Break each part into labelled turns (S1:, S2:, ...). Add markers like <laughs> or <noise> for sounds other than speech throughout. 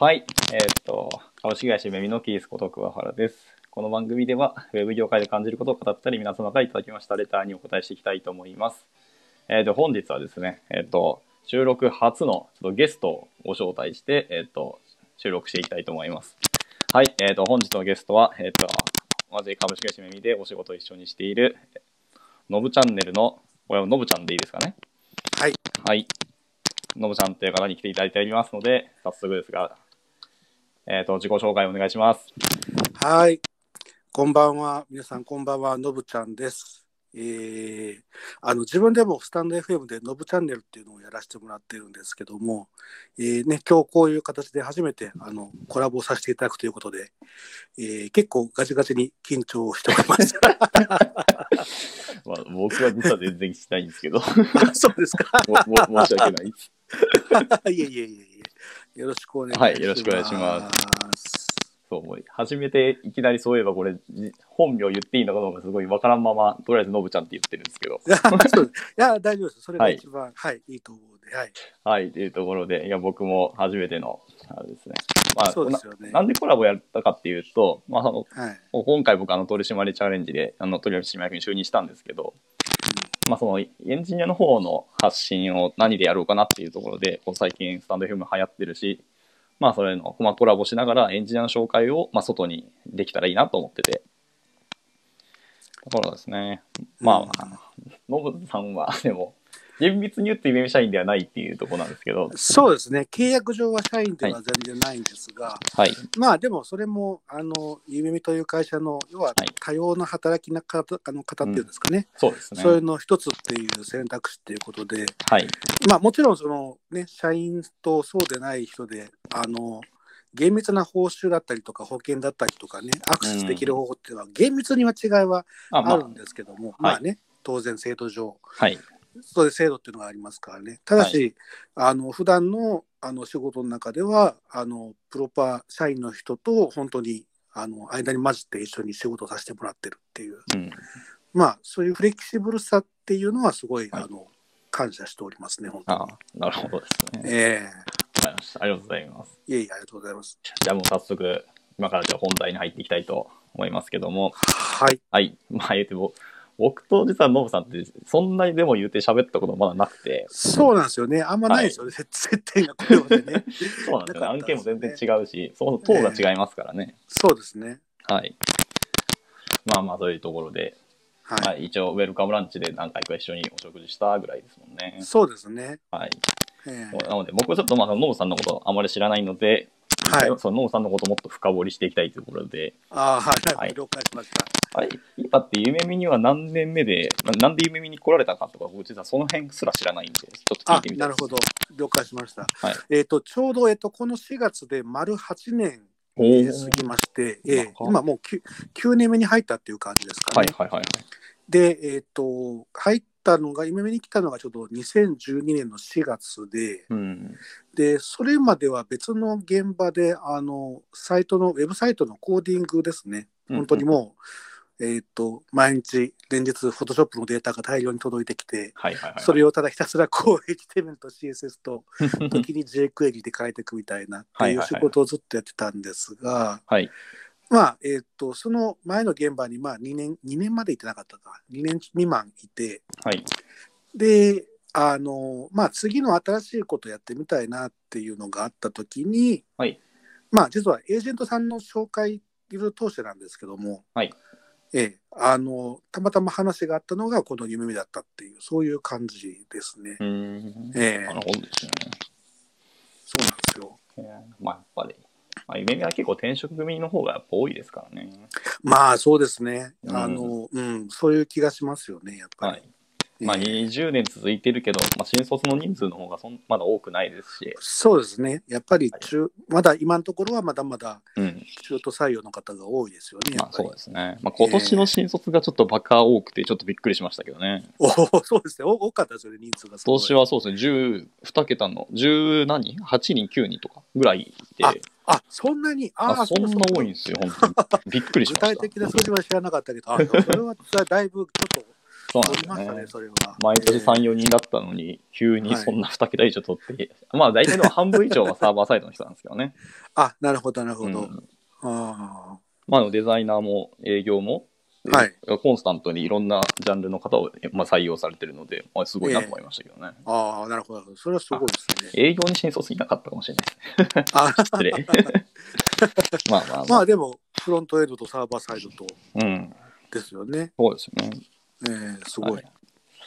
S1: はい。えーっと、株式会社メミのキースこと桑原です。この番組では、ウェブ業界で感じることを語ったり、皆様からいただきましたレターにお答えしていきたいと思います。えー、で、本日はですね、えーっと、収録初のちょっとゲストをご招待して、えーっと、収録していきたいと思います。はい。えーっと、本日のゲストは、えーっと、まず株式会社メミでお仕事を一緒にしている、えのぶチャンネルの、これはのぶちゃんでいいですかね。
S2: はい。
S1: はい。のぶちゃんという方に来ていただいておりますので、早速ですが、えっ、と、自己紹介お願いします。
S2: はい。こんばんは。皆さん、こんばんは。のぶちゃんです。えーあの自分でもスタンド FM でのぶチャンネルっていうのをやらせてもらってるんですけども、えーね、今日こういう形で初めてあのコラボをさせていただくということで、えー結構ガチガチに緊張しております。
S1: <laughs> まあ、僕は実は全然聞きたいんですけ <laughs> ど、も
S2: あそうですか。 <laughs>
S1: も申し訳ないです。
S2: いえいえいえいえ。よろしくお願いします。。
S1: はいよろしくお願いしますそう、もう初めていきなりそういえばこれ、じ本名言っていいのかどうかすごいわからんまま、とりあえずのぶちゃんって言ってるんですけど、
S2: <laughs> いやそうですいや、大丈夫です。それが一番、はい、い、いと思うんで、はい。
S1: はい、っていうところで、いや、僕も初めての、あれですね。まあ、
S2: そうで
S1: な
S2: すよね。
S1: なんでコラボやったかっていうと、まあ、あの、
S2: はい。
S1: 今回僕あの取締りチャレンジであの取締役に就任したんですけど、まあ、そのエンジニアの方の発信を何でやろうかなっていうところでこう最近スタンド FM 流行ってるし、まあ、それの、まあ、コラボしながらエンジニアの紹介を、まあ、外にできたらいいなと思ってて。ところですね。まあ、ノブさんは、 <laughs> でも、厳密に言って夢社員ではないっていうところなんですけど、
S2: そうですね、契約上は社員では全然ないんですが、
S1: はい。
S2: まあでもそれも、あの、ゆめみという会社の、要は
S1: はい
S2: 多様な働きな方あの方っていうんですかね、
S1: そうですね。
S2: そういうの一つっていう選択肢っていうことで、
S1: はい。
S2: まあもちろん、そのね、社員とそうでない人で、あの、厳密な報酬だったりとか保険だったりとかね、アクセスできる方法っていうのは、厳密には違いは
S1: あ、ま
S2: ある
S1: あ
S2: ん、ですけども、
S1: まあ
S2: まあね、当然制度上。
S1: はい。
S2: そういう制度っていうのがありますからね。ただし、あの普段のあの仕事の中ではあのプロパー社員の人と本当にあの間に混じって一緒に仕事をさせてもらってるっていう、
S1: うん。
S2: まあそういうフレキシブルさっていうのはすごい、
S1: はい
S2: あの感謝しておりますね、本当
S1: あ
S2: に。
S1: なるほどですね。
S2: え
S1: わかりました。ありがとうございます。
S2: えいえいえ、ありがとうございます。
S1: じゃあもう早速、今からじゃあ本題に入っていきたいと思いますけども、
S2: はい。
S1: はい。 <laughs> まあ言うても、僕と実はノブさんって、そんなにでも言うて喋ったことまだなくて、
S2: そうなんですよね。あんまないですよね、接点がこれまでね。
S1: <laughs> そうなんですよね。
S2: なかっ
S1: 案
S2: たで
S1: 件も
S2: すね
S1: 全然違うし、そもそも党が違いますからね。
S2: そうですね。
S1: はい。まあまあ、そういうところで、
S2: はい。
S1: はい、一応、ウェルカムランチで何回か一緒にお食事したぐらいですもんね。
S2: そうですね。
S1: はい。
S2: ええ
S1: なので、僕はちょっとまあ、ノブさんのことあまり知らないので、
S2: はい。
S1: そのノブさんのこともっと深掘りしていきたいというところで、
S2: ああ、はい。
S1: はい
S2: 了解しました。
S1: あれ今って夢見には何年目で、ななんで夢見に来られたかとか、僕実はその辺すら知らないんで、ちょっと聞い
S2: あ
S1: てみた
S2: ない
S1: です。
S2: るほど、了解しました。
S1: はい
S2: えっ、と、ちょうど、えっ、と、この4月で丸8年
S1: お
S2: え
S1: ー
S2: ー過ぎまして、えー
S1: 長っ
S2: 今もう 9, 9年目に入ったっていう感じですかね。
S1: はいはいはいはい。
S2: で、えっ、と、入ったのが、夢見に来たのがちょうど2012年の4月で、
S1: うん。
S2: で、それまでは別の現場で、あの、サイトの、ウェブサイトのコーディングですね。本当に
S1: うん。
S2: もう、えっ、と、毎日、連日、フォトショップのデータが大量に届いてきて、
S1: はいはいはい。
S2: それ
S1: を。
S2: をただひたすらこう、HTML と CSS と、時に J クエリで変えていくみたいなって
S1: はい
S2: い
S1: は
S2: う
S1: いはい
S2: 仕事をずっとやってたんですが、
S1: はい。
S2: まあ、えっ、と、その前の現場に、まあ、2年、2年まで行ってなかったか、2年未満いて、
S1: <laughs> はい。
S2: で、あの、まあ、次の新しいことやってみたいなっていうのがあった時に、
S1: はい
S2: まあ、実はエージェントさんの紹介いる当社なんですけども、
S1: はい
S2: ええ、あの、たまたま話があったのが、この夢見だったっていう、そういう感じですね。
S1: うーん。
S2: ええ、
S1: なるほどですね。
S2: そうなんですよ。
S1: えーまあやっぱり、まあ、夢見は結構転職組の方がやっぱ多いですからね。
S2: まあそうですね。
S1: うん
S2: あの、うん、そういう気がしますよね、やっぱり。
S1: はい。まあ
S2: えー
S1: 20年続いてるけど、まあ新卒の人数の方がそんまだ多くないですし、
S2: そうですね。やっぱり中、まだ今のところはまだまだ
S1: うん。
S2: 中途採用の方が多いですよね、や
S1: ま
S2: っ
S1: あ
S2: ぱり。
S1: そうですね。まあ今年の新卒がちょっとバカ多くて、ちょっとびっくりしましたけどね。
S2: おお、そうですね。お多かったですよね、人数がすご
S1: 今
S2: い。
S1: 年はそうですね、10、2桁の、10何 ?8 人、9人とかぐらいいて、あ
S2: あ、そんなに、ああ、
S1: そんな
S2: う
S1: 多いんですよ、本当に。びっくりし
S2: 具
S1: ました。
S2: 体的な数字は知らなかったけど、あそれはだいぶちょっと
S1: そう
S2: 取り
S1: な
S2: ま
S1: んです
S2: した
S1: ね
S2: ね、。それは。
S1: 毎年3、
S2: えー
S1: 4人だったのに、急にそんな2桁以上取って、まあ大体でも半分以上はサーバーサイドの人なんですけどね。
S2: あ、なるほど、なるほ
S1: う
S2: ど。
S1: ん、
S2: あ
S1: まあデザイナーも営業も、
S2: はい
S1: コンスタントにいろんなジャンルの方を、まあ、採用されてるので、まあ、すごいなと思いましたけどね。
S2: あああ、なるほど。それはすごいですね。
S1: 営業に新卒いなかったかもしれないですね。
S2: あ
S1: 失礼。
S2: <laughs>
S1: まあまあま
S2: ま
S1: あ。
S2: あでも、フロントエンドとサーバーサイドと
S1: うん。
S2: ですよね。
S1: そうですよね。
S2: えー、すごい。
S1: はい。はいあ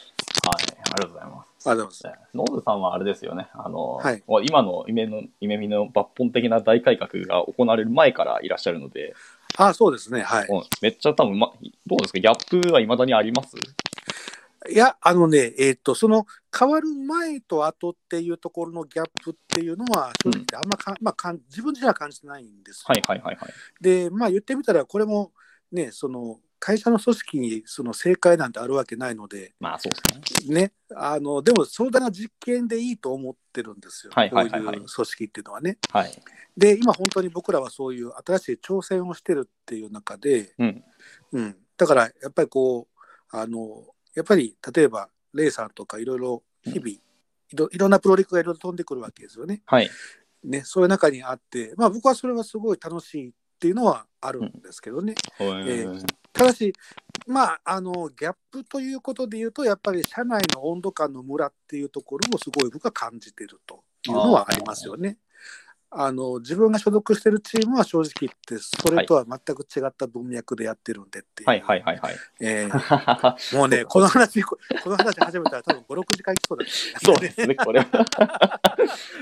S1: りがとうございます。
S2: ありがとうござい
S1: ノーズさんはあれですよね、あの、
S2: はい
S1: もう今の夢の夢見の抜本的な大改革が行われる前からいらっしゃるので、
S2: ます。あそうですね。はい。
S1: もうめっちゃ多分、ま、どうですか、ギャップはいまだにあります
S2: いや、あのね、えっ、と、その変わる前と後っていうところのギャップっていうのは、正直言ってあんまか、んまあ、かん自分自身は感じてないんですよ
S1: はいはいはいはい。
S2: で、まあ言ってみたら、これもね、その会社の組織にその正解なんてあるわけないので、
S1: まあそうですね。
S2: ね、あのでも壮大な実験でいいと思ってるんですよ、
S1: はいはいはいはい
S2: こういう組織っていうのはね。
S1: はい。
S2: で、今本当に僕らはそういう新しい挑戦をしてるっていう中で、
S1: うん。
S2: うん、だからやっぱりこうあのやっぱり例えばレイさんとかいろいろ日々いろいろんなプロジェクトがいろいろ飛んでくるわけですよね。
S1: はい。
S2: ねそういう中にあって、まあ、僕はそれはすごい楽しいっていうのはあるんですけどね。ーただし、まあ、あのギャップということで言うとやっぱり社内の温度感のムラっていうところもすごい僕は感じてるというのはありますよね。あの自分が所属してるチームは正直言ってそれとは全く違った文脈でやってるんでっていう、
S1: はいはいはいはい。
S2: えーもうね、この話、この話始めたら多分5、6時間いきそうだ、ね、
S1: そうですね、こ
S2: <laughs>
S1: れは。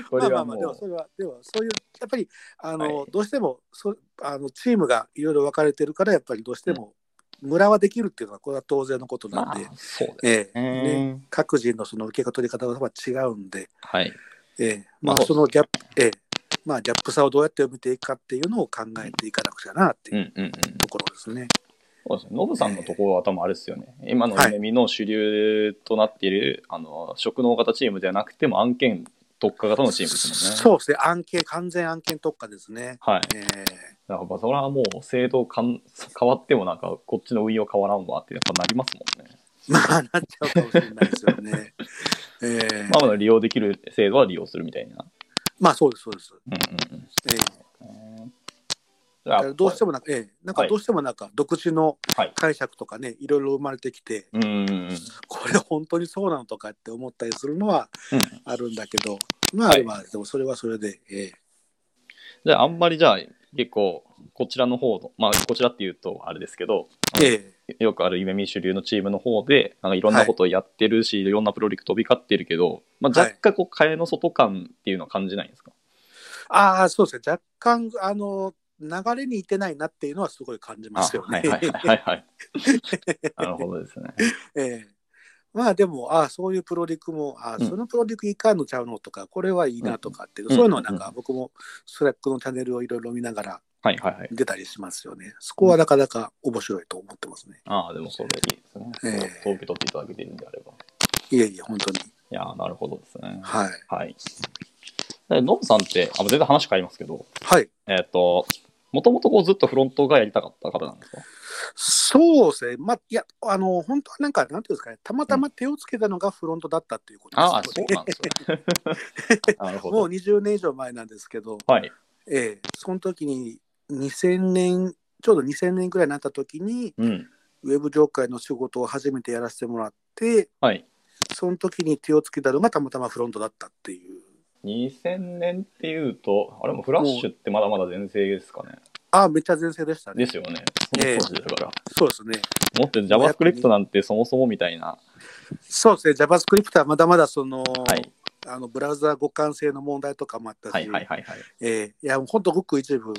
S1: これ
S2: まあまあ
S1: は
S2: ま
S1: も、
S2: あ、でもそうれは、でもそういう、やっぱり、あの、
S1: はい
S2: どうしてもそあの、チームがいろいろ分かれてるから、やっぱりどうしても、ムラはできるっていうのは、これは当然のこと
S1: ま
S2: なん
S1: あ
S2: で、、
S1: そうです
S2: ええね、
S1: ね。
S2: 各人のその受け取り方は違うんで、
S1: はい。
S2: ええまあ、
S1: まあ
S2: そのギャップ、ええまあ、ギャップ差をどうやって埋めていくかっていうのを考えていかなくちゃなって
S1: う
S2: いうん
S1: うんうん。
S2: ところですね。
S1: そうですね。ノブさんのところは多分あれですよね。今の夢見の主流となっている、あの、職能型チームではなくても案件特化型のチームですもんね。
S2: そうですね、案件、完全案件特化ですね。
S1: はい。
S2: ええ
S1: だから、それはもう制度かん変わってもなんか、こっちの運用変わらんわってやっぱなりますもんね。
S2: まあ、なっちゃうかもしれないですよね。えー
S1: まあまだ利用できる制度は利用するみたいな。
S2: まあ、そうです、そうです。
S1: うんうんうん。
S2: えー
S1: じ
S2: だ
S1: ゃ
S2: からどうして
S1: も。
S2: もなんか、えー
S1: は
S2: なんか
S1: い
S2: どうしてもなんか、独自の
S1: はい
S2: 解釈とかね、いろいろ生まれてきて、
S1: うんうんうん。
S2: これ本当にそうなのとかって思ったりするのは
S1: うん
S2: あるんだけど、まあ、
S1: はい
S2: まあでもそれはそれで、え
S1: じゃあ、あんまりじゃあ、結構、こちらの方の、まあ、こちらっていうとあれですけど、
S2: ーえ
S1: よくある夢見主流のチームの方で、なんかいろんなことをやってるし、い、ろんなプロリクト飛び交ってるけど、まあ、
S2: はい
S1: 若干こう、替えの外感っていうのは感じないんですか、
S2: ーああ、そうですね、若干、あの、流れにいてないなっていうのはすごい感じますよ
S1: は
S2: ね
S1: い。はいはいはいはい。なるほどですね。
S2: <laughs> ええまあでも、ああ、そういうプロリクも、ああ、
S1: うん
S2: そのプロリクいかんのちゃうのとか、これはいいなとかっていう、
S1: うん
S2: そういうのはなん
S1: うん
S2: か僕もスラックのチャンネルをいろいろ見ながら
S1: はいはいはい。
S2: 出たりしますよね。そこはなかなか面白いと思ってますね。
S1: ああ、でもそれいいですね。
S2: ええ
S1: そう受け取っていただけているんであれば。
S2: いえいえ、本当に。
S1: いやーなるほどですね。
S2: はい。
S1: はい。でノブさんって、あの全然話変わりますけど、
S2: はい。
S1: えっ、と、もともとこうずっとフロントがやりたかった方なんですか
S2: そうですね。まあ、いや、あの、本当はなんか、なんていうんですかね、たまたま手をつけたのがフロントだったっていうことです、
S1: ああ、そうなんですね。 <laughs> なるほ
S2: もう
S1: ど。
S2: 20年以上前なんですけど、
S1: はい。
S2: ええその時に2000年、ちょうど2000年ぐらいになった時に、
S1: うん。
S2: ウェブ業界の仕事を初めてやらせてもらって、
S1: はい。
S2: その時に手をつけたのがたまたまフロントだったっていう。
S1: 2000年っていうと、あれもフラッシュってまだまだ全盛ですかね。
S2: ああ、めっちゃ前世でした
S1: で
S2: ね。
S1: すよね。その当時だから。
S2: そうですね。
S1: もっと JavaScript なんてそもそもみたいな。
S2: そうですね。JavaScript はまだまだその、
S1: はい。
S2: あのブラウザ互換性の問題とかもあったし、
S1: はいはいはいはい。
S2: ええいや、もうほんとごく一部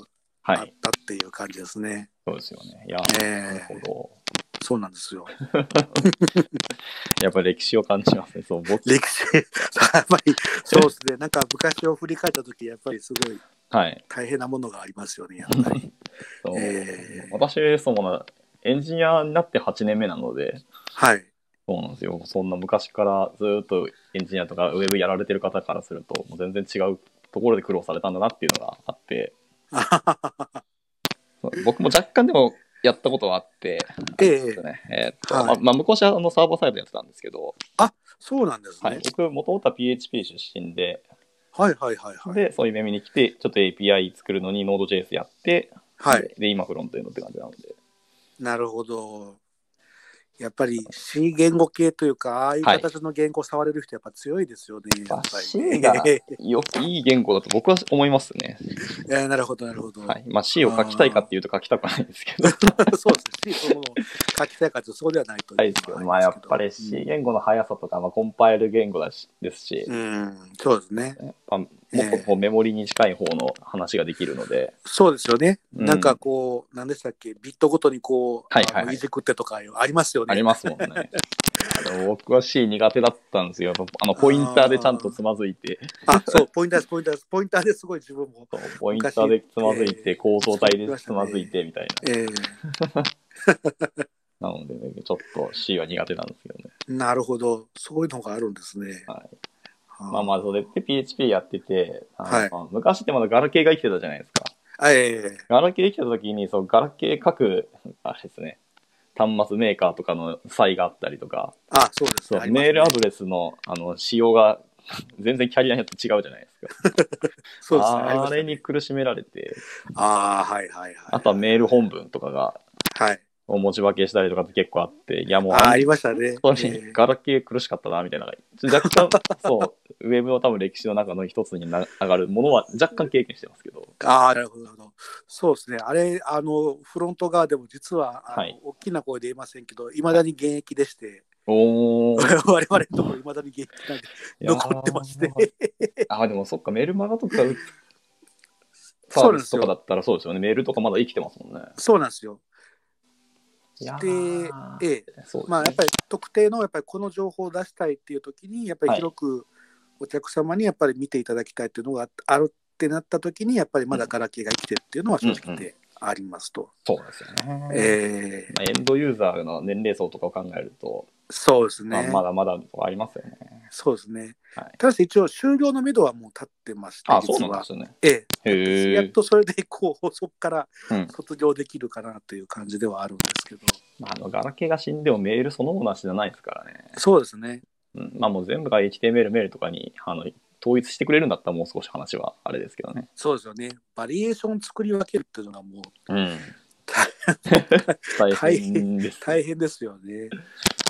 S2: あ
S1: は
S2: っ
S1: い。
S2: たっていう感じですね。
S1: そうですよね。いや、
S2: え
S1: なる
S2: え
S1: ほど。
S2: そうなんですよ。
S1: やっぱり歴史を感じますね。そう、僕、
S2: 歴史、 <laughs> やっぱりそうですね。なんか昔を振り返った時やっぱりすごい
S1: はい。
S2: 大変なものがありますよね、やっぱり。
S1: そう
S2: ええ
S1: 私、その、エンジニアになって8年目なので、
S2: はい。 <laughs>
S1: そうなんですよ。そんな昔からずっとエンジニアとかウェブやられてる方からすると、もう全然違うところで苦労されたんだなっていうのがあって、そう僕も若干でも、やったことはあって、
S2: え
S1: そうです
S2: え
S1: ねえーっと
S2: はい
S1: ままあ、昔はあのサーバーサイドやってたんですけど、
S2: そうなんですね。
S1: は
S2: はいい、、
S1: 僕、もともとは PHP 出身で、
S2: はい、はいはいはい。
S1: で、そういうメミに来て、ちょっと API 作るのに Node.js やって、
S2: はい。
S1: で、今フロントエンドって感じなので、
S2: なるほど。やっぱり C 言語系というか、ああいう
S1: はい
S2: 形の言語を触れる人やっぱ強いですよね。やっぱりね
S1: C
S2: <laughs>
S1: がよくいい言語だと僕は思いますね。
S2: いやなるほど、なるほど。
S1: はいまあ、C を書きたいかっていうと書きたくないんですけど、
S2: <laughs> そうですね。C そのものを書きたいかというとそうではないという
S1: はいですけどまあ、やっぱり C 言語の速さとか、まあ、コンパイル言語だしですし、
S2: うん、そうですね。
S1: やっぱもっとこうメモリに近い方の話ができるので、
S2: そうですよね。
S1: うん
S2: なんかこう、何でしたっけ、ビットごとにこう、
S1: はいはいはい
S2: あのいじくってとかありますよね。
S1: ありますもんね。 <laughs> あの僕は C 苦手だったんですよ。あのポインターでちゃんとつまずいて、
S2: あそう、ポインターです、ポインターです。ポインターですごい自分も。
S1: そうポインターでつまずい
S2: え
S1: て、
S2: ー
S1: 構造体でつまずいてみたい
S2: ええ
S1: な。なので、ね、ちょっと C は苦手なんですけどね。
S2: なるほど。そういうのがあるんですね。
S1: は
S2: は
S1: まあまあ、それで PHP やってて、あの昔ってまだガラケーが生きてたじゃないですか。
S2: あ。え
S1: ガラケー生きてた時に、そうガラケー各、あれですね、端末メーカーとかの差異があったりとか、
S2: ー、あ、そうです
S1: そ
S2: ね。
S1: う、
S2: ありますね
S1: メールアドレスのあの仕様が全然キャリアによって違うじゃないですか。
S2: そうですね。ありま
S1: あ
S2: すね
S1: れに苦しめられて、
S2: あーはいはいはい。
S1: あとはメール本文とかが、
S2: はい。
S1: を文字化けしたりとかって結構あって、いやもう、
S2: あーありましたね。
S1: 本当
S2: え
S1: に
S2: え
S1: ガラケー苦しかったな、みたいな。若干、
S2: <laughs>
S1: そう、ウェブの多分歴史の中の一つにな上がるものは若干経験してますけど、
S2: ああ、なるほどなるほど。そうですね。あれ、あの、フロント側でも実は、あの
S1: はい
S2: 大きな声で言いませんけど、いまだに現役でして、
S1: おー。
S2: <laughs> 我々のところいまだに現役なんで、残ってまして。
S1: <laughs>
S2: <laughs>
S1: あー、でもそっか、メールマガとか、サー
S2: そうな
S1: ビ
S2: んで
S1: ス
S2: す
S1: とかだ
S2: よ。
S1: ったらそうですよね。メールとかまだ生きてますもんね。
S2: そうなんですよ。
S1: いや
S2: で
S1: ー、
S2: ええ。
S1: そうですね
S2: まあ、やっぱり特定の、やっぱりこの情報を出したいっていう時に、やっぱり広くお客様にやっぱり見ていただきたいっていうのがあるってなった時に、やっぱりまだガラケーが生きてるっていうのは正直でありますと。
S1: そうですよね。
S2: ええ
S1: まあエンドユーザーの年齢層とかを考えると、
S2: そうです
S1: まあ
S2: ね。
S1: まだまだありますよね。
S2: そうですね。
S1: はい
S2: ただし一応終了のめどはもう立ってまして、
S1: あ、そう
S2: 実
S1: なん
S2: は
S1: です。よね。
S2: ええ、
S1: へ
S2: やっ
S1: え。
S2: とそれでこうそこから
S1: うん
S2: 卒業できるかなという感じではあるんですけど、
S1: まああのガラケーが死んでもメールそのものは死なないですからね。
S2: そうですね。
S1: うん、まあもう全部が HTML メールとかにあの統一してくれるんだったらもう少し話はあれですけどね。
S2: そうですよね。バリエーション作り分けるっていうのがも
S1: う
S2: う
S1: ん。
S2: 大
S1: 大変です。
S2: 大変ですよね。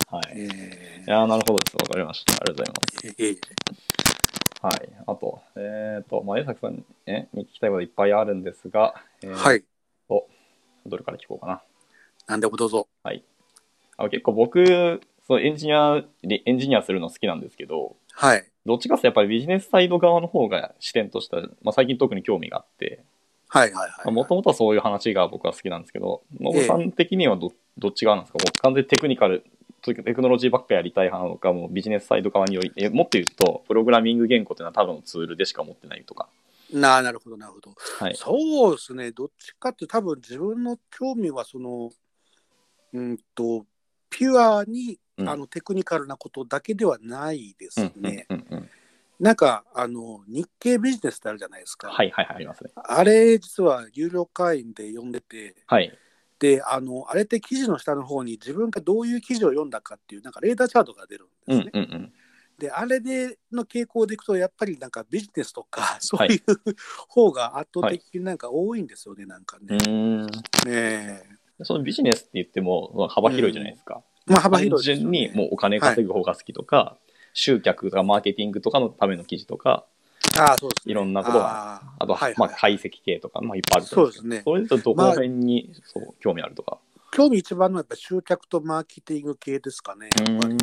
S1: はい。
S2: え
S1: いやーなるほどです。わかりました。ありがとうご
S2: えええ
S1: ざいます。はい。あと、えっ、と、まあ、江崎さんえに聞きたいこといっぱいあるんですが、えー
S2: はい。
S1: どれから聞こうかな。
S2: なんでもどうぞ。
S1: あ結構僕そのエンジニアでエンジニアするの好きなんですけど
S2: はい。
S1: どっちかっていうとやっぱりビジネスサイド側の方が視点とした、まあ、最近特に興味があって
S2: はいはいはい。
S1: もともとはそういう話が僕は好きなんですけど野茂さん的にはど,、どっち側なんですかもう完全にテクニカルテクテクノロジーばっかやりたい派なのかもうビジネスサイド側によりえもっと言うとプログラミング言語っていうのは多分ツールでしか持ってないとか、
S2: なあなるほどなるほど。
S1: はい、
S2: そうですね。どっちかって多分自分の興味はその、うんと、ピュアに、
S1: うん
S2: あのテクニカルなことだけではないですね。
S1: うんうんうんうん
S2: なんかあの日経ビジネスってあるじゃないですか。
S1: はいはいはいありますね
S2: あれ実は有料会員で読んでて、
S1: はい
S2: であのあれって記事の下の方に自分がどういう記事を読んだかっていうなんかレーダーチャートが出るん
S1: う
S2: ですね。
S1: んうんうん
S2: であれでの傾向でいくとやっぱりなんかビジネスとか <laughs> そう
S1: はい
S2: いう方が圧倒的になんか多いんですよね、なんか
S1: う
S2: ね。
S1: ーん
S2: ねえ
S1: そのビジネスって言ってもまあ幅広いじゃないですか、
S2: まあ幅広いです
S1: 単純
S2: よね
S1: にもうお金稼ぐ方が好きとか、集客とかマーケティングとかのための記事とか
S2: ああそうですね
S1: いろんなことが
S2: あ
S1: あとは、
S2: はいはい
S1: まあ、解析系とか、まあ、いっぱいあると思うん
S2: そうですね
S1: それとどこら辺に、そう興味あるとか
S2: 興味一番のやっぱ集客とマーケティング系ですかね。やっぱり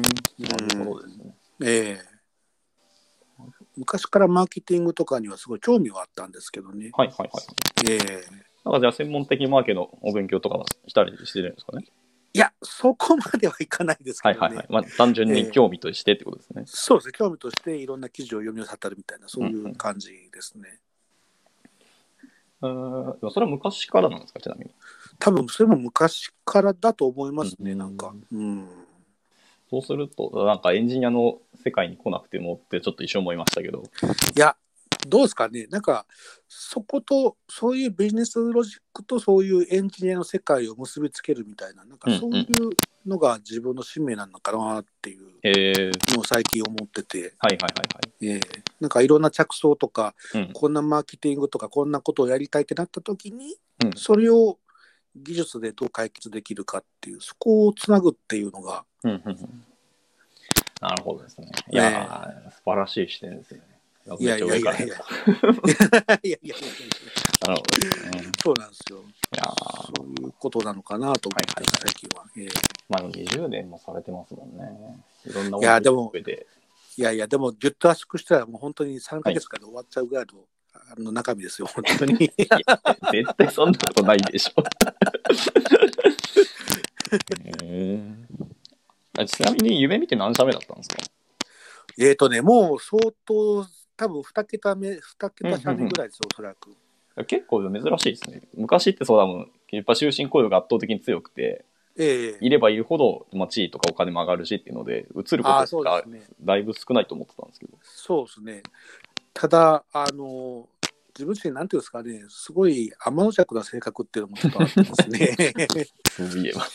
S1: なるほどですね
S2: ええ昔からマーケティングとかにはすごい興味はあったんですけどね。
S1: はいはいはい
S2: ええ
S1: なんかじゃあ専門的マーケのお勉強とかはしたりしてるんですかね
S2: いやそこまではいかないですけ
S1: は
S2: ど
S1: い
S2: ね。
S1: はいはい、まあ、単純に興味としてってことですね、
S2: そうですね興味としていろんな記事を読み漁ったるみたいなそういう感じですね。
S1: うーんでもそれは昔からなんですかちなみに
S2: 多分それも昔からだと思いますね、
S1: うん
S2: なんか。うん。
S1: そうするとなんかエンジニアの世界に来なくてもってちょっと一瞬思いましたけど
S2: いや、どうですかねなんかそことそういうビジネスロジックとそういうエンジニアの世界を結びつけるみたいななん
S1: う
S2: か
S1: んうん
S2: そういうのが自分の使命なのかなっていう
S1: えー、
S2: のを最近思ってて、
S1: はいはい
S2: ええなんかいろんな着想とか
S1: はいはい。うん、
S2: こんなマーケティングとかこんなことをやりたいってなった時に、
S1: うん
S2: それを技術でどう解決できるかっていうそこをつなぐっていうのが
S1: うんうんうんなるほどですね。いやー、素晴らしい視点ですよね。
S2: いやいやいやいやいや <laughs> いやいや
S1: なるほどですね。い
S2: そうなんですよ
S1: やー
S2: そういうことなのかなと思って
S1: はいはいはい
S2: 最近は、ええ
S1: まあでも20年もされてますもんね。いろんなもの
S2: いやでも
S1: 上で。
S2: いやいや、でも、ぎゅっと圧縮したら、もう本当に3ヶ月間で終わっちゃうぐらいの,、あの中身ですよ、本当
S1: <laughs>
S2: に。
S1: いや絶対そんなことないでしょ。 <laughs> へーあちなみに夢見て何社目だったんですか
S2: えっとね、もう相当、多分2桁目、2桁社目ぐらいですよ、おそらく。
S1: 結構珍しいですね。昔ってそうだもん。やっぱ終身雇用が圧倒的に強くて、
S2: ええ
S1: いればいるほど、まあ、地位とかお金も上がるしっていうので、移る
S2: ああ、
S1: こ
S2: そ
S1: と
S2: うで
S1: が
S2: すね。
S1: だいぶ少ないと思ってたんですけど。
S2: そうですね。ただ、あの、自分自身、なんていうんですかね、すごい天の弱な性格っていうのもちょっとあってますね。
S1: <laughs> そういえば。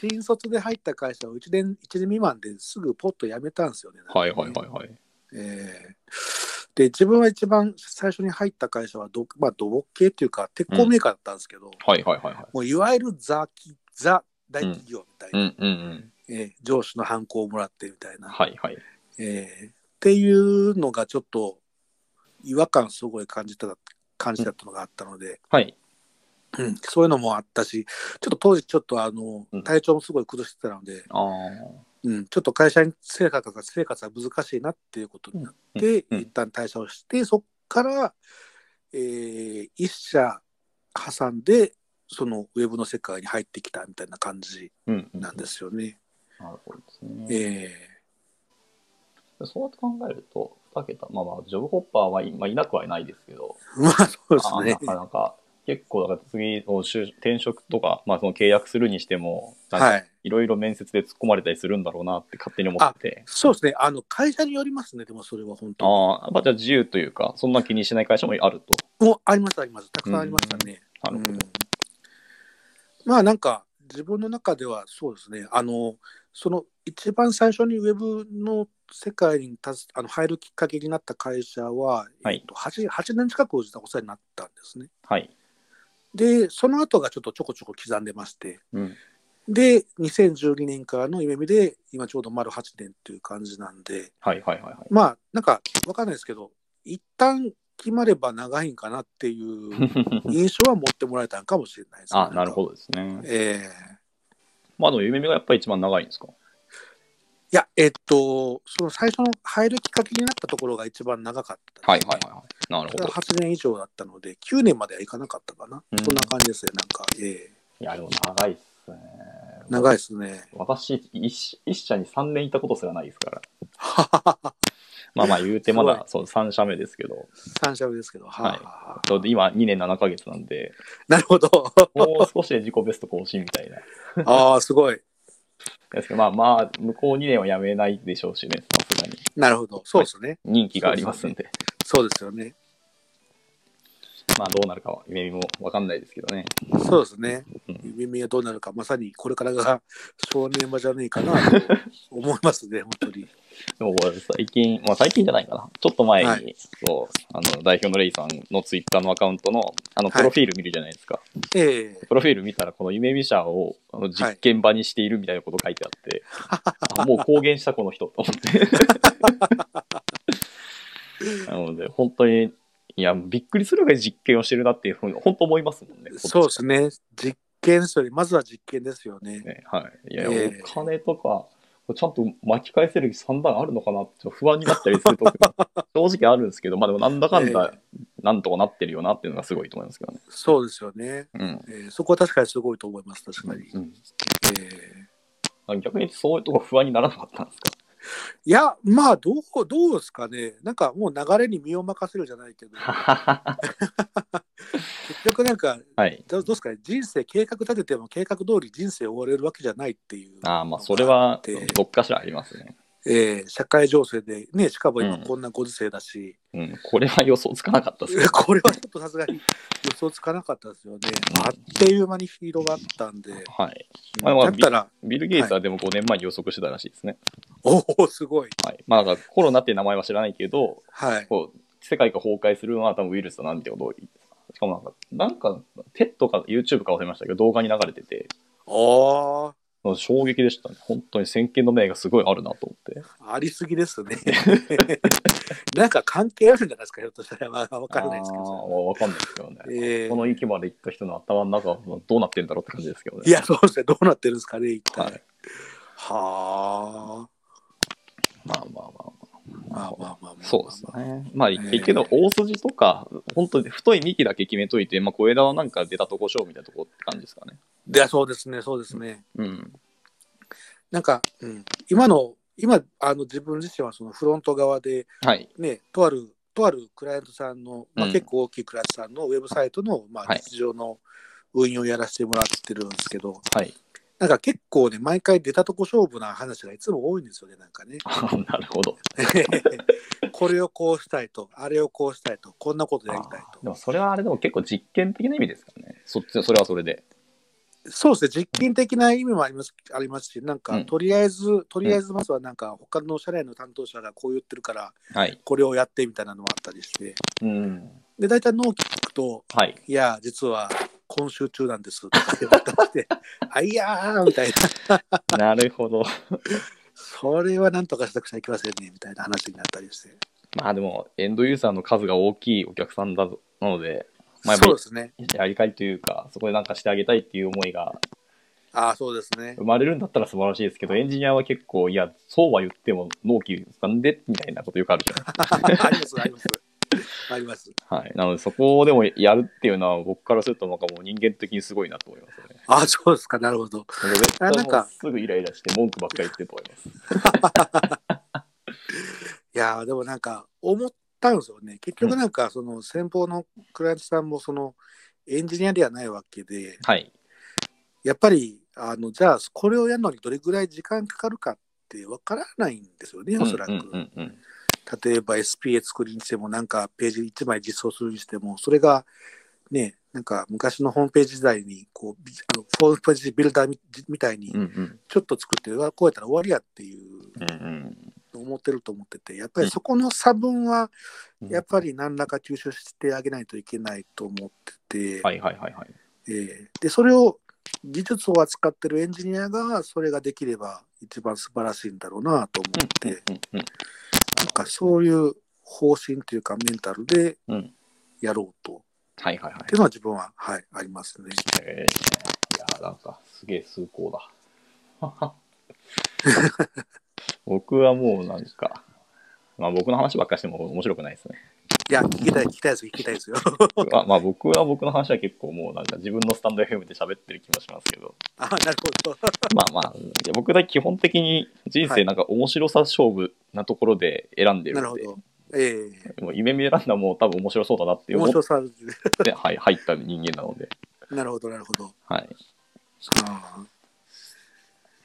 S2: 新卒で入った会社を1年、1年未満ですぐポッと辞めたんですよね。
S1: はいはいはいはい。
S2: えーで自分は一番最初に入った会社はど、まあ、土木系っていうか鉄鋼メーカーだったんですけど、
S1: はいはいはいはい。
S2: もういわゆるザキザ大企業みたいうな、
S1: んうんうん。
S2: えー上司のハンコをもらってみたいな、
S1: はいはい。
S2: えーっていうのがちょっと違和感すごい感じた感じだったのがあったので、
S1: はい。
S2: うんそういうのもあったしちょっと当時ちょっとあの
S1: うん
S2: 体調もすごい崩してたので、
S1: ああ。
S2: うん、ちょっと会社に生活が生活は難しいなっていうことになって、
S1: うんうん
S2: 一旦退社をしてそこから、えー一社挟んでそのウェブの世界に入ってきたみたいな感じ
S1: うん、うん。。
S2: なんですすよね。
S1: なるほどですね。
S2: え
S1: そうやって考えると、2桁、まあまあ、ジョブホッパーは、まあ、いなくはないですけど、
S2: ーまあそうで
S1: な
S2: すね
S1: か。なか、結構、だから次の就、転職とか、まあ、その契約するにしても、なんか
S2: はい、
S1: いろいろ面接で突っ込まれたりするんだろうなって勝手に思ってて、
S2: そうですねあの会社によりますねでもそれは本
S1: あ
S2: 当
S1: あ、やっぱじゃあ自由というか、そんな気にしない会社もあると。
S2: もうありましたありましたたくさんありましたね。
S1: なるほど。
S2: うんまあなんか自分の中ではそうですねあのその一番最初にウェブの世界にたすあの入るきっかけになった会社は、
S1: はい
S2: えっと、8, 8年近くお世話になったんですね。
S1: はい。
S2: でその後がちょっとちょこちょこ刻んでまして
S1: うん。
S2: で2012年からの夢見で今ちょうど丸8年っていう感じなんで
S1: はいはいはいはい。
S2: まあなんかわかんないですけど一旦決まれば長いんかなっていう
S1: <laughs>
S2: 印象は持ってもらえたんかもしれないですね、
S1: あなる
S2: ど。
S1: ほどですね。
S2: ええ
S1: まあでも、夢見がやっぱり一番長いんですか
S2: いや、えっと、その最初の入るきっかけになったところが一番長かった、
S1: はいはいはいはい。なるほど。
S2: 8年以上だったので、9年まではいかなかったかな。
S1: うん
S2: そんな感じですね、なんか。ええ
S1: いや、でも長いっすね。
S2: 長いですね。
S1: 私一、一社に3年いたことすらないです
S2: <laughs>
S1: から。
S2: ははは
S1: まあまあ言うてまだそう3社目ですけど、
S2: 3社目ですけど、は
S1: はい
S2: い、は
S1: ちょうど今2年7ヶ月なんで、
S2: なるほど。
S1: <laughs> もう少しで自己ベスト更新みたいな。
S2: ああ、すごい。
S1: ですけどまあまあ、向こう2年はやめないでしょうしね、さすがに。
S2: なるほど。そうですね。
S1: 任期がありますんで、
S2: そうですよね。
S1: まあどうなるかは夢見もわかんないですけどね。
S2: そうですね
S1: うん。
S2: 夢見はどうなるか、まさにこれから
S1: <laughs>
S2: が正念場じゃねえかなと思いますね、本当
S1: <laughs>
S2: に。
S1: でも最近、まあ最近じゃないかな。ちょっと前に、
S2: はい
S1: そう、あの、代表のレイさんのツイッターのアカウントの、あの、
S2: はい
S1: プロフィール見るじゃないですか。
S2: ええ
S1: プロフィール見たら、この夢見社をあの実験場にしているみたいなこと書いてあって、あもう公言したこの人と思って。なので、本当に、いや、びっくりするぐらい実験をしてるなっていうふうに、本当思いますもんね。
S2: そうですね。実験ですよね。まずは実験ですよね。
S1: ね。はい。いや、
S2: ええ
S1: お金とか、ちゃんと巻き返せる算段あるのかなってちょっと不安になったりするところ <laughs> 正直あるんですけど、まあでもなんだかんだ
S2: え、
S1: なんとかなってるよなっていうのがすごいと思いますけどね。
S2: そうですよね。
S1: うん。
S2: えーそこは確かにすごいと思います、確かに。
S1: うん
S2: え
S1: 逆にそういうとこ不安にならなかったんですか
S2: ーいや、まあどう、どうですかね、なんかもう流れに身を任せるじゃないけど、
S1: <laughs>
S2: 結局なんか、
S1: はい。
S2: どどうですかね、人生、計画立てても計画通り人生終われるわけじゃないっていう。
S1: ああ、まあ、それは
S2: で、
S1: どっかしらありますね。
S2: えー社会情勢で、ね、しかも今
S1: うん
S2: こんなご時世だし、
S1: うん、これは予想つかなかったですね。
S2: <laughs> これはちょっとさすがに予想つかなかったですよね。あっという間に広がったんで、
S1: はい。まあまあ
S2: だったら、
S1: ビル・ゲイツはでも5年前に予測してたらしいですね。
S2: おお、すごい。
S1: はい。まあ、だからコロナっていう名前は知らないけど、
S2: はい。
S1: こう、世界が崩壊するのは多分ウイルスだなんてことを言ってたしかもなんか、なんか、テッドか YouTube か忘れましたけど、動画に流れてて、
S2: おー
S1: 衝撃でしたね。本当に先見の明がすごいあるなと思って。
S2: ありすぎで
S1: <laughs>
S2: すね。なんか関係あるんじゃないですか、ひょっとしたら。まあ、わからないですけ
S1: あー
S2: ど。
S1: わかんないですけどね。
S2: えー
S1: この域まで行った人の頭の中はどうなってんだろうって感じですけどね。
S2: いや、そうですね。どうなってるんですかね、一体。
S1: は。
S2: はいあ。
S1: まあまあまあまあ。
S2: まあまあまあまあ。
S1: そうですね。まあ、結局、大筋とか、本当に太い幹だけ決めといて、まあ、小枝はなんか出たとこ勝負みたいなとこって感じですかね。
S2: で、そうですね、そうですね。
S1: うん。
S2: なんか、うん、今の、今、あの自分自身はそのフロント側で、
S1: はい。
S2: ね、とある、とあるクライアントさんの、まあ、
S1: うん
S2: 結構大きいクライアントさんのウェブサイトの、まあ、
S1: はい
S2: 日常の運用をやらせてもらってるんですけど、
S1: はい。 <laughs>
S2: なんか結構ね、毎回出たとこ勝負な話がいつも多いんですよね、なん
S1: <laughs>
S2: かね。
S1: あなるほど。
S2: これをこうしたいと、あれをこうしたいと、こんなことやりたい
S1: でも、それはあれでも結構実験的な意味ですからね。そっち、それはそれで。
S2: と。そうですね、実験的な意味もありますありますし、なんか、
S1: うん
S2: とりあえず、とりあえずまずはなんか、他の社内の担当者がこう言ってるから、
S1: はい。
S2: これをやってみたいなのもあったりして。
S1: うん。
S2: で、大体納期聞くと、
S1: はい。 <laughs>
S2: いや、実は今週中なんですとか言われて、 <laughs> あいやーみたいな、
S1: なるほど。
S2: それはなんとかしなくちゃいけませんねみたいな話になったりして。
S1: まあ、でも、エンドユーザーの数が大きいお客さんだぞなので、まあ、やっぱ
S2: そう
S1: り
S2: ですね。
S1: やりたいというか、そこでなんかしてあげたいっていう思いが
S2: ああ、そうです
S1: <laughs>
S2: ね。
S1: 生まれるんだったら素晴らしいですけど、エンジニアは結構、いや、そうは言っても納期なんでみたいなことよくあるじゃない
S2: あります、あります。あります。
S1: はい。なので、そこをでもやるっていうのは、僕からすると、なんかもう人間的にすごいなと思いますよね。
S2: あそうですか、なるほど。
S1: なんか絶対
S2: あなんか
S1: もうすぐイライラして文句ばっかり言ってると思います。
S2: いやーでもなんか、思ったんですよね。結局なんか、その先方のクライアントさんも、その、エンジニアではないわけで、
S1: はい。
S2: やっぱり、あの、じゃあ、これをやるのにどれぐらい時間かかるかってわからないんですよね、おそらく。
S1: うんうんうんうん
S2: 例えば SPA 作るにしてもなんかページ1枚実装するにしてもそれがねなんか昔のホームページ時代にこうビあのホームページビルダーみみたいに
S1: うんうん
S2: ちょっと作ってうわこうやったら終わりやっていう
S1: うん
S2: のを思ってると思っててやっぱりそこの差分は
S1: うん
S2: やっぱり何らか吸収してあげないといけないと思ってて、
S1: はいはいはいはい。
S2: えーでそれを技術を扱ってるエンジニアがそれができれば一番素晴らしいんだろうなと思って。
S1: うんうん
S2: なんかそういう方針というかメンタルで
S1: うん
S2: やろうと、っ
S1: はいはいはい
S2: ていうのは自分は、はい、ありますね。
S1: えーいやーなんかすげえ崇高だ。
S2: <laughs>
S1: はは僕はもうなんか、まあ僕の話ばっかりしても面白くないです
S2: <laughs>
S1: ね。
S2: いや、聞きたい、聞きたいです、聞きたいですよ。 <laughs>
S1: まあ、まあ僕は僕の話は結構もうなんか自分のスタンド FM で喋ってる気もしますけど、
S2: あなるほど。
S1: <laughs> まあまあ、いや僕だけ基本的に人生なんか面白さ勝負なところで選んでる
S2: なる
S1: ん
S2: ほ
S1: で、
S2: ど。え
S1: もう夢見選んだもう多分面白そうだなっ
S2: え
S1: て思
S2: 面
S1: っ
S2: 白さ、
S1: て、はい、入った人間なので、
S2: なるほど、なるほど。
S1: はい。
S2: あ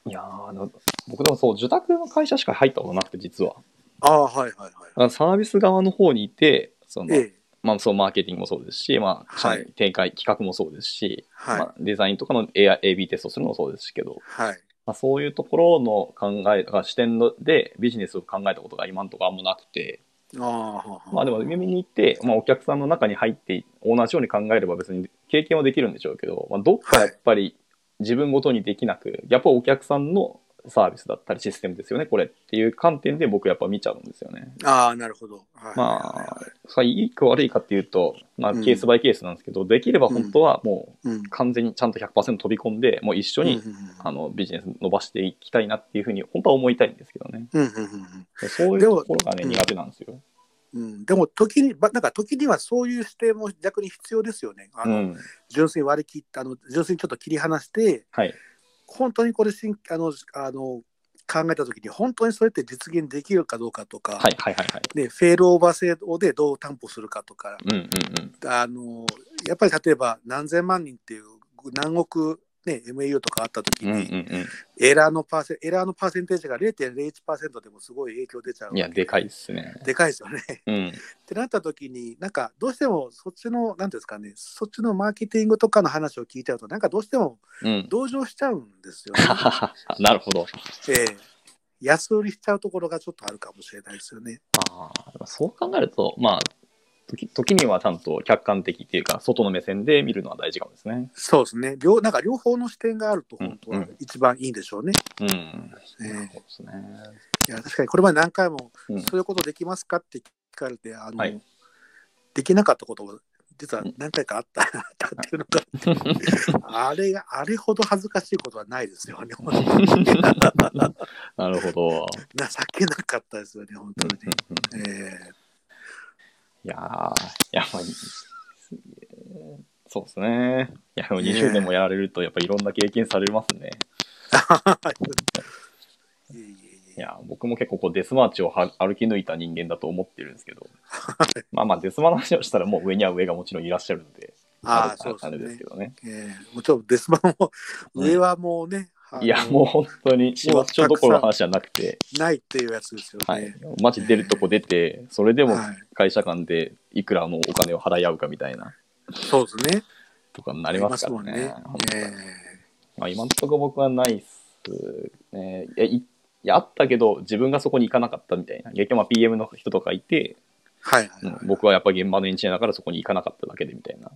S1: いやーあの僕でもそう受託の会社しか入ったことなくて実は
S2: あ、あーはいはい
S1: あのサービス側の方にいてその、
S2: はい。ええ
S1: まあ、そうマーケティングもそうですし、まあ、
S2: はい
S1: 展開企画もそうですし、
S2: はい、
S1: まあ、デザインとかの AI AB テストするのもそうですけど、
S2: はい。
S1: まあ、そういうところの考えが視点のでビジネスを考えたことが今のところあんまなくて、
S2: ああ、
S1: まあ、でも夢に行って、まあ、お客さんの中に入って同じように考えれば別に経験はできるんでしょうけど、まあ、どっかやっぱり自分ごとにできなく、やっぱお客さんのサービスだったりシステムですよねこれっていう観点で僕やっぱ見ちゃうんですよね。
S2: ああ、なるほど。はい
S1: まあ、さあいいか悪いかっていうと、まあ、
S2: うん
S1: ケースバイケースなんですけど、できれば本当はも
S2: うん。
S1: う完全にちゃんと100%飛び込んでもう一緒に、
S2: うんうん
S1: あのビジネス伸ばしていきたいなっていうふうに本当は思いたいんですけどね
S2: うんうんうん
S1: そういうところがね
S2: でも
S1: 苦手なんですよ。
S2: うんうん、でも時に、ばなんか時にはそういう視点も逆に必要ですよね。あ
S1: う
S2: の
S1: ん、
S2: 純粋に割り切った、あの純粋にちょっと切り離して、
S1: はい、
S2: 本当にこれしんあのあの考えた時に本当にそれって実現できるかどうかとか、
S1: はいはいはいはい。
S2: ね、フェールオーバー制度でどう担保するかとか
S1: うんうんうん
S2: あのやっぱり例えば何千万人っていう何億ね、MAU とかあった時
S1: うんうん
S2: に、
S1: う
S2: エラーのパーセン、エラーのパーセンテージが0.01%でもすごい影響出ちゃう。
S1: ん。いや、でかいっすね。
S2: でかいですよね。 <laughs>
S1: うん。
S2: ってなった時になんかどうしてもそっちの何ていうんですかねそっちのマーケティングとかの話を聞いちゃうとなんかどうしても
S1: うん。
S2: 同情しちゃうんです
S1: <laughs>
S2: よね。
S1: なるほど。
S2: ええ安売りしちゃうところがちょっとあるかもしれないですよね。
S1: ああ、そう考えると、まあ、時時にはちゃんと客観的っていうか、外の目線で見るのは大事かもですね。
S2: そうですね。両なんか両方の視点があると
S1: うん
S2: 本当は一番いいんでしょうね。
S1: うん。
S2: ええ
S1: なるほどですね。
S2: いや確かにこれまで何回も
S1: うん
S2: そういうことできますかって聞かれてあの、
S1: はい
S2: できなかったことを実は何回かあったあったっていうのが
S1: <laughs>
S2: あれがあれほど恥ずかしいことはないですよね。本当に
S1: なるほど。
S2: 情けなかったですよね、本当に。え
S1: いやー、やっぱり、そうですね。いや、でも20年もやられると、やっぱりいろんな経験されますね。
S2: えいえいえい
S1: い
S2: え。
S1: や、僕も結構こうデスマーチをは歩き抜いた人間だと思ってるんですけど、まあまあ、デスマの話をしたら、もう上には上がもちろんいらっしゃるので、
S2: ああ、
S1: あ
S2: そう
S1: あれ
S2: で
S1: ですす
S2: ね
S1: け。どね。
S2: ええもちろんデスマンも、
S1: うん
S2: 上はもうね、あの
S1: いや、もう本当に、始末書どころの話じゃなくて、
S2: ないっていうやつですよね。
S1: はい、マジ出るとこ出て、それでも
S2: はい
S1: 会社間でいくらのお金を払い合うかみたいな
S2: そうですね。
S1: とかになりますから
S2: あり
S1: ね。
S2: ますもんねえ
S1: まあ、今のところ僕はないっすね。いや、いいやあったけど、自分がそこに行かなかったみたいな。逆にまあ PM の人とかいて、
S2: えはいはい、
S1: う
S2: はい
S1: ん僕はやっぱ現場のエンジニアだからそこに行かなかっただけでみたいな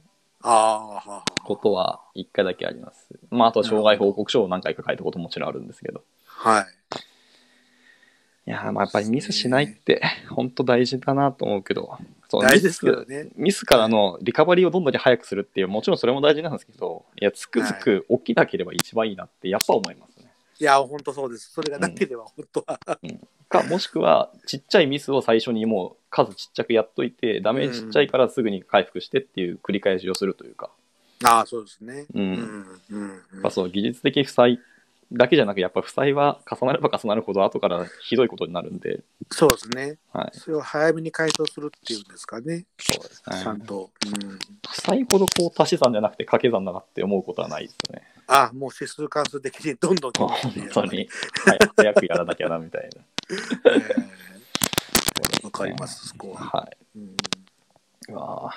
S2: ああ、はあは
S1: ことは一回だけあります。まあ、あとは障害報告書を何回か書いたことももちろんあるんですけど。
S2: あはい。
S1: いやーまあやっぱりミスしないって本当大事だなと思うけど、そう
S2: 大事ですけどね。
S1: ミスからのリカバリーをどんだけ早くするっていうもちろんそれも大事なんですけどいやつくづく起きなければ一番いいなってやっぱ思いますね。
S2: いや、本当そうです。それがなければ本当は。
S1: かもしくはちっちゃいミスを最初にもう数ちっちゃくやっといてダメージちっちゃいからすぐに回復してっていう繰り返しをするというか、
S2: ああ、そうですね。
S1: うんや
S2: う
S1: っ
S2: ん。うん。うん
S1: ぱそう技術的負債だけじゃなくやっぱ負債は重なれば重なるほど後からひどいことになるんで、
S2: そうですね。
S1: はい、
S2: それを早めに解消するっていうんですかね。
S1: そうです
S2: ちゃんと。うん。
S1: 負債ほどこう足し算じゃなくて掛け算だなって思うことはないですね。
S2: ああ、もう指数関数的にどんどん
S1: もう
S2: 決まって
S1: 本
S2: る
S1: 当に、はい、早くやらなきゃなみたいな。 <laughs>
S2: ええわかります、そこは。
S1: は
S2: うん
S1: い。うわ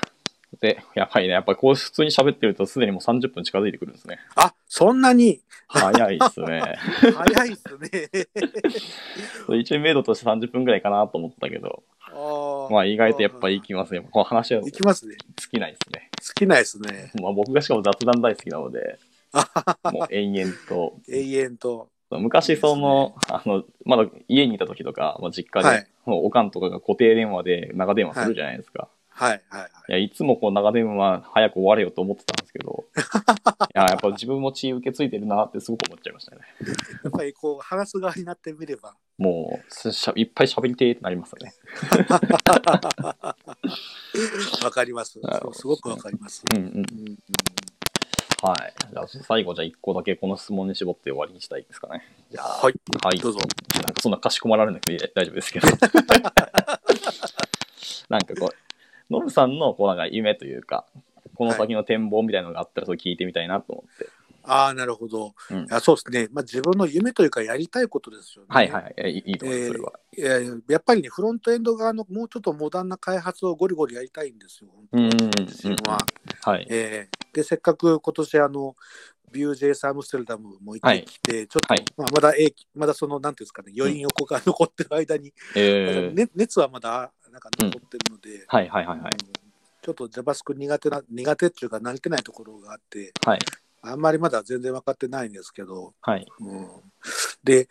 S1: ーで、やばいね。やっぱこう普通に喋ってるとすでにもう30分近づいてくるんですね。
S2: あそんなに
S1: 早いですね。
S2: 早いっすね。
S1: そう一応明度として30分ぐらいかなと思ったけど、
S2: あ
S1: まあ意外とやっぱり行
S2: き
S1: きますね。この話は
S2: 行
S1: 尽
S2: きますね。
S1: きないですね。
S2: 好きないですね。
S1: まあ僕がしかも雑談大好きなの
S2: <laughs>
S1: で、もう延々と。
S2: 永遠と。
S1: 昔その、あの、まだ家にいた時とか、まあ、実家で、
S2: はい
S1: もうおかんとかが固定電話で長電話するじゃないですか。
S2: はいはいはい。
S1: いや、いつもこう長電話早く終われよと思ってたんですけ
S2: <laughs>
S1: ど、いや、やっぱ自分も血受け継いでるなってすごく思っちゃいましたね。
S2: やっぱりこう話す側になってみれば。
S1: もう、すしゃいっぱい喋りてーってなりますよね。
S2: わかります。
S1: なるほ
S2: そう
S1: ど
S2: すごくわかります。
S1: うんうん。
S2: うんうん
S1: はい。じゃあ最後、じゃあ1個だけこの質問に絞って終わりにしたいですかね。じゃあ、
S2: はい、
S1: はい。
S2: どうぞ。
S1: なんかそんなかしこまられなくて大丈夫ですけ
S2: <laughs>
S1: ど。なんかこう、ノブさんのこうなんか夢というか、この先の展望みたいなのがあったらそれ聞いてみたいなと思って。
S2: ああ、なるほど。
S1: うん
S2: あそうですね。まあ自分の夢というかやりたいことですよね。
S1: はいはい。えいいいいと思います、それは。
S2: いやいや。やっぱりね、フロントエンド側のもうちょっとモダンな開発をゴリゴリやりたいんですよ。
S1: うんうんうん
S2: 自分は。
S1: はい。
S2: えーでせっかく今年あのビュージェイスアムステルダムも行ってきて、ちょっと、
S1: はい
S2: まあ、まだえまだそのなんていうんですかね余韻横が残ってる間に、まだ
S1: えー
S2: ね熱はまだなんか残ってるので、
S1: はいはいはいはい。
S2: ちょっと JavaScript 苦手な苦手っていうか慣れてないところがあって
S1: はい。
S2: あんまりまだ全然分かってないんですけど、
S1: はい。
S2: うん、で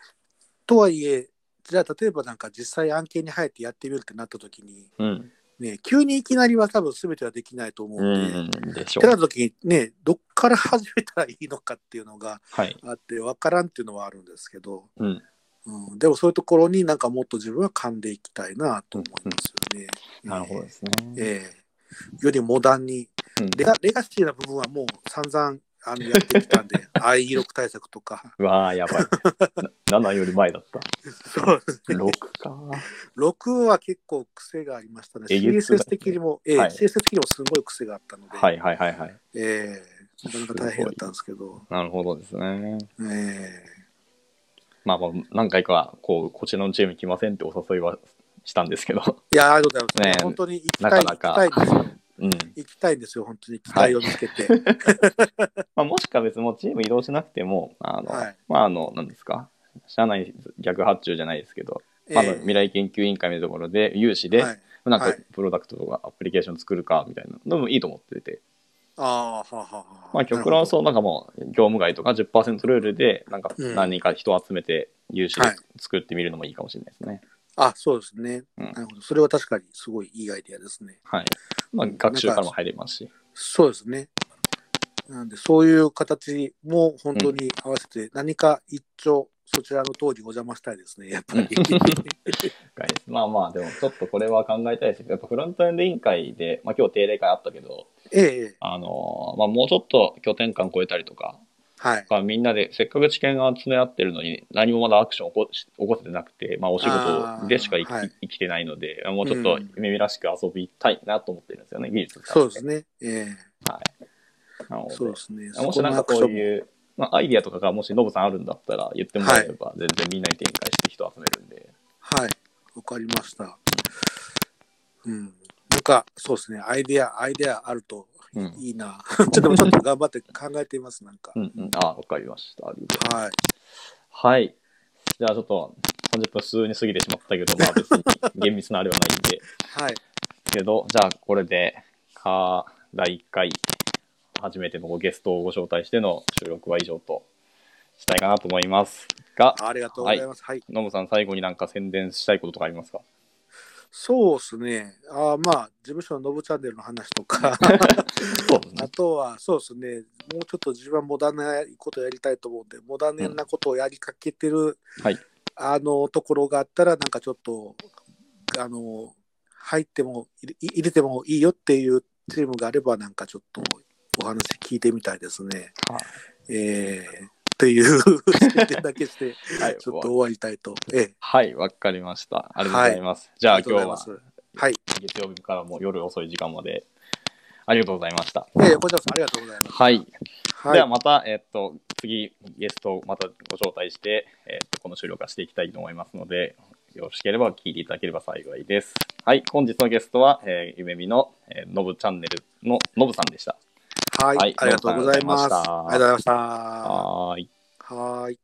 S2: とはいえじゃあ例えばなんか実際案件に入ってやってみるってなった時に、
S1: うん。
S2: ね、急にいきなりは多分全てはできないと思う
S1: うん
S2: で。
S1: ん。でしょ
S2: てな
S1: う。
S2: った時にねどっから始めたらいいのかっていうのが
S1: はい。
S2: あって分からんっていうのはあるんですけど、
S1: うん。
S2: うん、でもそういうところになんかもっと自分は噛んでいきたいなと思いますよね。
S1: なるほどですね。
S2: ええよりモダンに
S1: うん
S2: レガレガシーな部分はもう散々あのやってきたん
S1: <laughs>
S2: で IE6 対策とか
S1: うわあ、やばい。な7より前だ
S2: <laughs>
S1: った。
S2: そう
S1: 6か。
S2: 6は結構癖がありましたね
S1: えげつない
S2: CSS 的にも、ええ
S1: はい
S2: CSS 的にもすごい癖があったので、
S1: はいはいはいはい。
S2: ええなかなか大変だったんですけど、
S1: なるほどですね。
S2: え
S1: まあまあ、何回か、こう、こちらのチーム来ませんってお誘いはしたんですけど、
S2: えいやありがとうござ
S1: ね
S2: います、
S1: え
S2: 本当に行きたい
S1: なかなか
S2: 行きたいんですよ
S1: うん。
S2: 行きたいんですよ本当に期待を見つけて、はい
S1: まあ、もしか別にもうチーム移動しなくても、あの、
S2: はい
S1: まあ、あの、何ですか、社内逆発注じゃないですけど、
S2: え
S1: まああの未来研究委員会みたいなところで、有志で、
S2: はい、
S1: なんか
S2: はい
S1: プロダクトとかアプリケーション作るかみたいなのもいいと思ってて、
S2: ああはあはあはあ
S1: まあ、極論
S2: う
S1: そうなんかもう業務外とか10%ルールでなんか
S2: うん
S1: 何人か人を集めて有志で
S2: はい
S1: 作ってみるのもいいかもしれないですね。
S2: あそうですね、
S1: うん
S2: なるほどそれは確かにすごいいいアイデアですね
S1: はいまあ、
S2: うん
S1: 学習からも入れますし、
S2: そうですねなんでそういう形も本当に合わせて何か一丁そちらの通りお邪魔したいですねやっ
S1: <laughs>
S2: ぱり、
S1: まあまあでもちょっとこれは考えたいですけどやっぱフロントエンド委員会で、まあ、今日定例会あったけど、
S2: ええ
S1: あのーまあ、もうちょっと拠点感超えたりとか
S2: はい
S1: まあみんなでせっかく知見が集め合ってるのに何もまだアクション起こし起こせてなくて、まあ、お仕事でしか生き,、
S2: あーはい
S1: 生きてないのでもうちょっと耳らしく遊びたいなと思ってるんですよね、技術使って
S2: そうですねええ
S1: なので
S2: そうですね
S1: もしなんかこういう、まあ、アイディアとかがもしノブさんあるんだったら言ってもらえれば、全然みんなに展開して人を集めるんで、
S2: はい、わかりました。うん、なんか、そうですね、アイデア、アイデアあると
S1: うん
S2: いいな。 <laughs> ちょっと、ちょっと頑張って考えています、なんか
S1: う。んうん、あわかりましたありがとう
S2: はい。
S1: はいじゃあちょっと30分普通に過ぎてしまったけどまあ別に厳密なあれはないんで <laughs>
S2: はい。
S1: けどじゃあこれでか第1回初めてのゲストをご招待しての収録は以上としたいかなと思いますが
S2: ありがとうございます。はい。
S1: ノブさん最後になんか宣伝したいこととかありますか
S2: そうですね。あーまあ、事務所のノブチャンネルの話とか、
S1: そうです
S2: あとは、そうですね、もうちょっと自分はモダンなことをやりたいと思うんで、モダンなことをやりかけてる、
S1: はい
S2: あのところがあったら、なんかちょっと、あの、入っても入れ、入れてもいいよっていうチームがあれば、なんかちょっとお話聞いてみたいですね。
S1: はい
S2: えー、っていう <laughs> 宣伝だ
S1: <laughs>
S2: けして、
S1: はい
S2: ちょっと終わりたいと。ええ、
S1: はい、わかりました。ありがとうございます。じゃあ
S2: りがとう
S1: 今
S2: ご
S1: 日
S2: ざいま
S1: は
S2: す。はい。
S1: 月曜日からもう夜遅い時間までありがとうございました。
S2: ええ、こちらこそありがとうございます。
S1: はい。
S2: はい。
S1: ではまた、えっと、次、ゲストをまたご招待して、えっと、この収録はしていきたいと思いますので、よろしければ聞いていただければ幸いです。はい、本日のゲストは、えー、ゆめみの、えー、のぶチャンネルののぶさんでした。
S2: はい、
S1: はい
S2: ありがとうございます。
S1: どうもあ
S2: あ
S1: り
S2: り
S1: が
S2: が
S1: と
S2: と
S1: うござ
S2: うござ
S1: いま
S2: いま
S1: はーい。
S2: した。はーい。